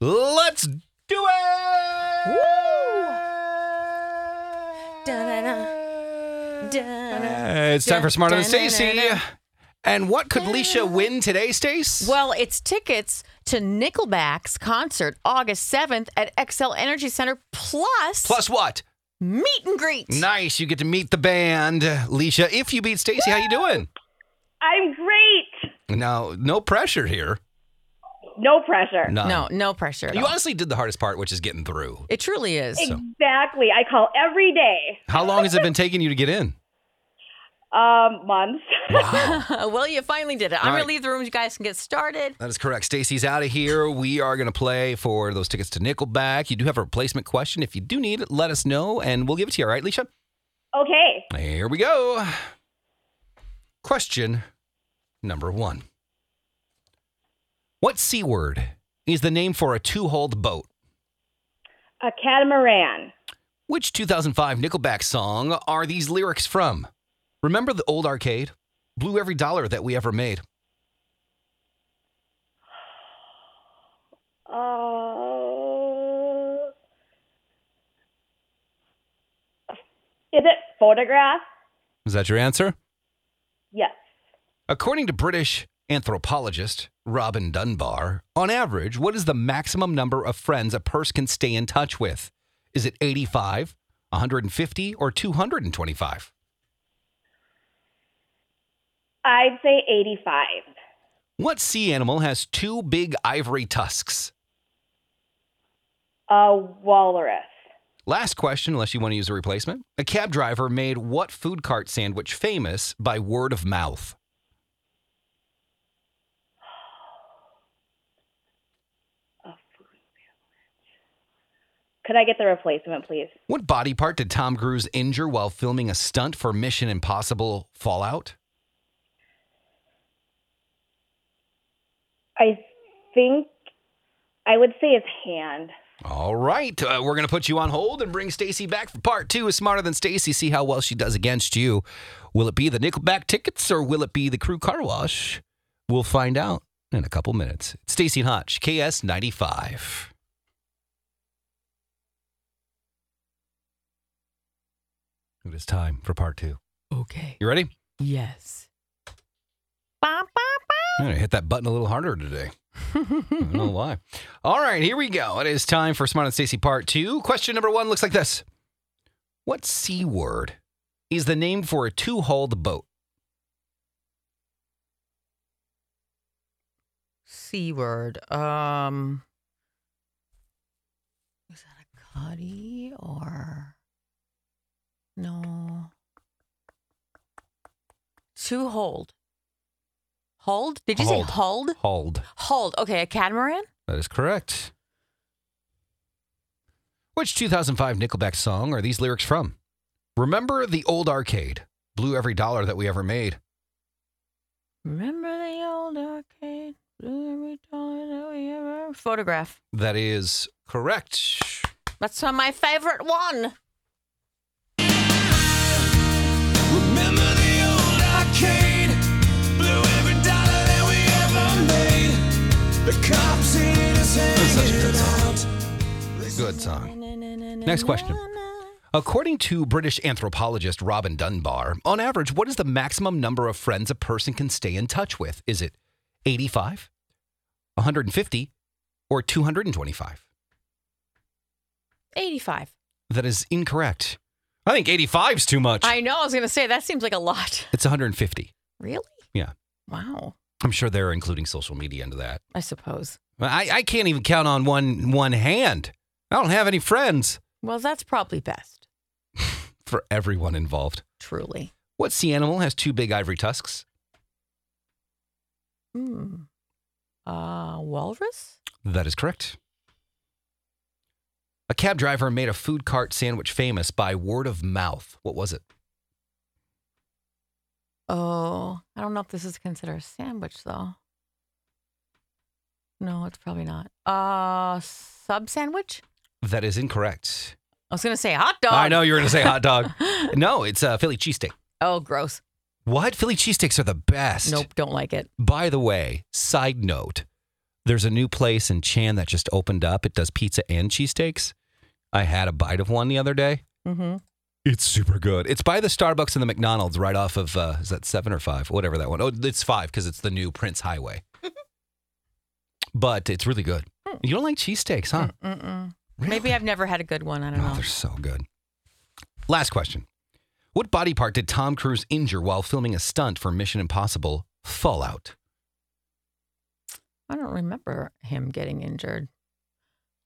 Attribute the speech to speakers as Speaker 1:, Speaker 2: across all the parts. Speaker 1: Let's do it!
Speaker 2: Da-na-na. Da-na.
Speaker 1: It's time for Smarter Than
Speaker 2: Da-na-na-na.
Speaker 1: Stacy. And what could Leisha win today, Stace?
Speaker 2: Well, it's tickets to Nickelback's concert August 7th at XL Energy Center plus,
Speaker 1: Plus what?
Speaker 2: meet and greet.
Speaker 1: Nice. You get to meet the band. Leisha, if you beat Stacy, how you doing?
Speaker 3: I'm great.
Speaker 1: Now, no pressure here.
Speaker 3: No pressure.
Speaker 1: None.
Speaker 2: no, no pressure. At
Speaker 1: You
Speaker 2: all.
Speaker 1: honestly did the hardest part, which is getting through.
Speaker 2: It truly is.
Speaker 3: Exactly. I call every day.
Speaker 1: How long has it been taking you to get in?
Speaker 3: Um, months.
Speaker 2: well, you finally did it. I'm
Speaker 1: All
Speaker 2: going
Speaker 1: right.
Speaker 2: to leave the room. You guys can get started.
Speaker 1: That is correct. Stacy's out of here. We are going to play for those tickets to Nickelback. You do have a replacement question. If you do need it, let us know and we'll give it to you. All right, Leisha?
Speaker 3: okay.
Speaker 1: Here we go. Question number one What C word is the name for a two holed boat?
Speaker 3: A catamaran.
Speaker 1: Which 2005 Nickelback song are these lyrics from? Remember the old arcade? Blew every dollar that we ever made.
Speaker 3: Uh, is it photograph?
Speaker 1: Is that your answer?
Speaker 3: Yes.
Speaker 1: According to British anthropologist Robin Dunbar, on average, what is the maximum number of friends a purse can stay in touch with? Is it 85, 150, or 225?
Speaker 3: I'd say 85.
Speaker 1: What sea animal has two big ivory tusks?
Speaker 3: A walrus.
Speaker 1: Last question, unless you want to use a replacement. A cab driver made what food cart sandwich famous by word of mouth?
Speaker 3: Could I get the replacement, please?
Speaker 1: What body part did Tom Cruise injure while filming a stunt for Mission Impossible Fallout?
Speaker 3: I think I would say his hand.
Speaker 1: All right, uh, we're going to put you on hold and bring Stacy back for part two. Is smarter than Stacy. See how well she does against you. Will it be the Nickelback tickets or will it be the crew car wash? We'll find out in a couple minutes. It's Stacy and Hotch, KS ninety five. It is time for part two.
Speaker 2: Okay.
Speaker 1: You ready?
Speaker 2: Yes. Ba, ba,
Speaker 1: I'm gonna hit that button a little harder today. I don't know why. Oh, All right, here we go. It is time for Smart and Stacy Part Two. Question number one looks like this: What c word is the name for a two-hulled boat?
Speaker 2: C word. Um, is that a cutty or no? To hold. Hold? Did you
Speaker 1: Hold.
Speaker 2: say hold?
Speaker 1: Hulled.
Speaker 2: Hold. Okay, a catamaran.
Speaker 1: That is correct. Which 2005 Nickelback song are these lyrics from? Remember the old arcade, blew every dollar that we ever made.
Speaker 2: Remember the old arcade? Every time that we ever photograph.
Speaker 1: That is correct.
Speaker 2: That's one of my favorite one.
Speaker 4: Remember the old arcade? Blew every dollar that we ever made. The cops seen us
Speaker 1: such a good
Speaker 4: hanging
Speaker 1: song.
Speaker 4: out.
Speaker 1: Good song. Next question. According to British anthropologist Robin Dunbar, on average, what is the maximum number of friends a person can stay in touch with? Is it 85, 150, or 225?
Speaker 2: 85.
Speaker 1: That is incorrect. I think 85 is too much.
Speaker 2: I know. I was going to say that seems like a lot.
Speaker 1: it's 150.
Speaker 2: Really?
Speaker 1: Yeah.
Speaker 2: Wow.
Speaker 1: I'm sure they're including social media into that.
Speaker 2: I suppose.
Speaker 1: I, I can't even count on one one hand. I don't have any friends
Speaker 2: Well, that's probably best.
Speaker 1: for everyone involved.
Speaker 2: Truly.
Speaker 1: What sea animal has two big ivory tusks?
Speaker 2: Hmm. Uh, walrus.
Speaker 1: That is correct. A cab driver made a food cart sandwich famous by word of mouth. What was it?
Speaker 2: Oh, I don't know if this is considered a sandwich though. No, it's probably not. Uh, sub sandwich.
Speaker 1: That is incorrect.
Speaker 2: I was going to say hot dog.
Speaker 1: I know you're going to say hot dog. No, it's a Philly cheesesteak.
Speaker 2: Oh, gross.
Speaker 1: What? Philly cheesesteaks are the best.
Speaker 2: Nope, don't like it.
Speaker 1: By the way, side note There's a new place in Chan that just opened up. It does pizza and cheesesteaks. I had a bite of one the other day.
Speaker 2: Mm-hmm.
Speaker 1: It's super good. It's by the Starbucks and the McDonald's right off of, uh, is that seven or five? Whatever that one. Oh, it's five because it's the new Prince Highway. but it's really good.
Speaker 2: Hmm.
Speaker 1: You don't like cheesesteaks, huh?
Speaker 2: Mm-mm.
Speaker 1: Really?
Speaker 2: Maybe I've never had a good one. Hmm. I don't
Speaker 1: Oh,
Speaker 2: know.
Speaker 1: they're so good. Last question. What body part did Tom Cruise injure while filming a stunt for Mission Impossible Fallout?
Speaker 2: I don't remember him getting injured.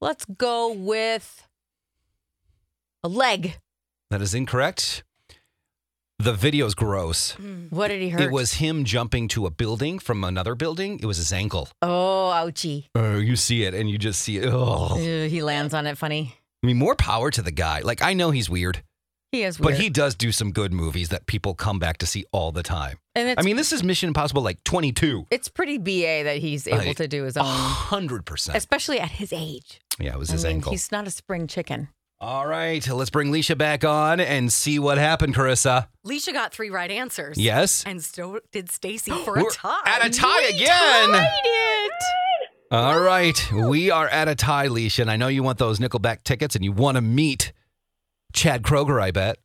Speaker 2: Let's go with a leg.
Speaker 1: That is incorrect. The video's gross.
Speaker 2: What did he Mm. hurt?
Speaker 1: It was him jumping to a building from another building. It was his ankle.
Speaker 2: Oh, ouchie.
Speaker 1: Oh, you see it and you just see it. Oh.
Speaker 2: Ew, he lands on it funny.
Speaker 1: I mean, more power to the guy. Like, I know he's weird,
Speaker 2: He is
Speaker 1: but
Speaker 2: weird.
Speaker 1: he does do some good movies that people come back to see all the time.
Speaker 2: and it's,
Speaker 1: I mean, this is Mission Impossible like 22.
Speaker 2: it's pretty BA that he's able
Speaker 1: I- Oh,
Speaker 2: to do his
Speaker 1: A
Speaker 2: own,
Speaker 1: 100%.
Speaker 2: especially at his age.
Speaker 1: Yeah, it was his
Speaker 2: I mean,
Speaker 1: ankle.
Speaker 2: He's not a spring chicken.
Speaker 1: All right, let's bring Leisha back on and see what happened, Carissa.
Speaker 5: Leisha got three right answers.
Speaker 1: Yes?
Speaker 5: And so did Stacy for
Speaker 1: We're
Speaker 5: a tie.
Speaker 1: At a tie again.
Speaker 2: it.
Speaker 1: All right, we are at a tie, Leisha, and I know you want those Nickelback tickets and you want to meet Chad Kroger, I bet.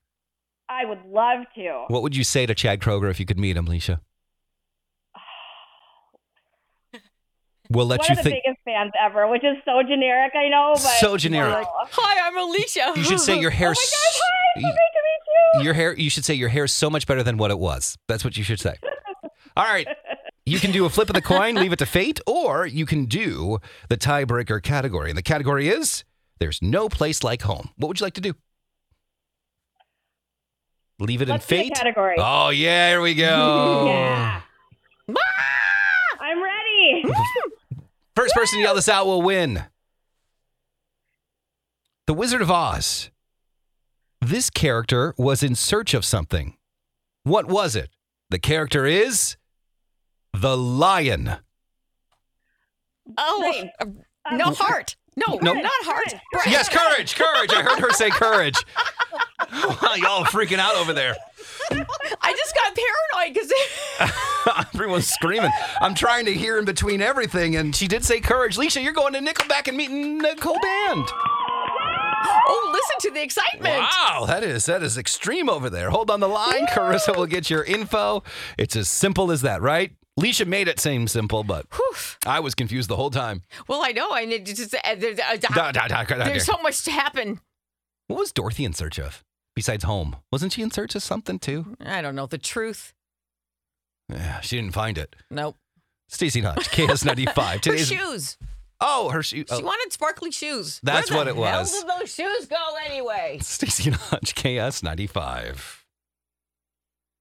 Speaker 3: I would love to.
Speaker 1: What would you say to Chad Kroger if you could meet him, Leisha? We'll let
Speaker 3: One
Speaker 1: you
Speaker 3: of the
Speaker 1: think.
Speaker 3: biggest fans ever, which is so generic, I know. But
Speaker 1: So generic.
Speaker 3: Oh,
Speaker 2: Hi, I'm Alicia.
Speaker 1: You should say your hair.
Speaker 3: oh my gosh, hi, so great to meet you.
Speaker 1: your hair. You should say your hair is so much better than what it was. That's what you should say. All right. You can do a flip of the coin, leave it to fate, or you can do the tiebreaker category. And the category is there's no place like home. What would you like to do? Leave it
Speaker 3: Let's
Speaker 1: in
Speaker 3: do the
Speaker 1: fate.
Speaker 3: category.
Speaker 1: Oh yeah, here we go.
Speaker 3: Yeah. I'm ready.
Speaker 1: First person to yell this out will win. The Wizard of Oz. This character was in search of something. What was it? The character is the lion.
Speaker 2: Oh,
Speaker 5: Oh.
Speaker 3: Same.
Speaker 2: uh, no heart. No,
Speaker 1: No.
Speaker 2: not heart. Breath.
Speaker 1: Yes, courage, courage. I heard her say courage. Wow, Y'all freaking out over there.
Speaker 2: I just got paranoid because
Speaker 1: Everyone's screaming. I'm trying to hear in between everything, and she did say courage. Leisha, you're going to Nickelback and meeting Nicole Band.
Speaker 2: oh, listen to the excitement.
Speaker 1: Wow, that is that is extreme over there. Hold on the line. Carissa will get your info. It's as simple as that, right? Leisha made it seem simple, but I was confused the whole time.
Speaker 2: Well, I know. I mean, it's just, uh, there's, uh,
Speaker 1: Da, da, da, da, da.
Speaker 2: there's so much to happen.
Speaker 1: What was Dorothy in search of? Besides home, wasn't she in search of something too?
Speaker 2: I don't know the truth.
Speaker 1: Yeah, she didn't find it.
Speaker 2: Nope.
Speaker 1: Stacey Hodge, KS ninety five.
Speaker 2: Her
Speaker 1: Today's
Speaker 2: shoes.
Speaker 1: oh her shoe.
Speaker 2: She
Speaker 1: Oh.
Speaker 2: wanted sparkly shoes.
Speaker 1: That's
Speaker 2: Where
Speaker 1: what
Speaker 2: the
Speaker 1: it
Speaker 2: hell
Speaker 1: was.
Speaker 2: did those shoes go anyway?
Speaker 1: Stacey Hodge, KS ninety five.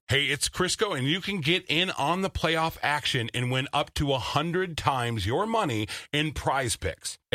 Speaker 6: Hey, it's Crisco, and you can get in on the playoff action and win up to 100 times your money in prize picks.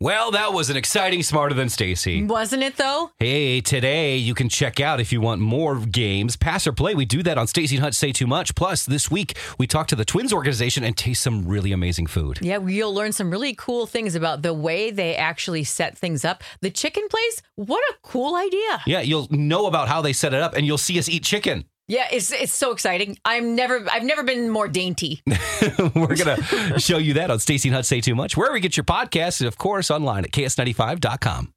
Speaker 1: Well, that was an exciting Smarter Than Stacy.
Speaker 2: Wasn't it though?
Speaker 1: Hey, today you can check out if you want more games, pass or play. We do that on Stacey and Hutch Say Too Much. Plus, this week we talk to the Twins organization and taste some really amazing food.
Speaker 2: Yeah, you'll learn some really cool things about the way they actually set things up. The chicken place, what a cool idea.
Speaker 1: Yeah, you'll know about how they set it up and you'll see us eat chicken.
Speaker 2: Yeah, it's it's so exciting. I'm never I've never been more dainty.
Speaker 1: We're going to show you that on Stacey and Hutch Say Too Much, wherever you get your podcasts, and of course online at ks95.com.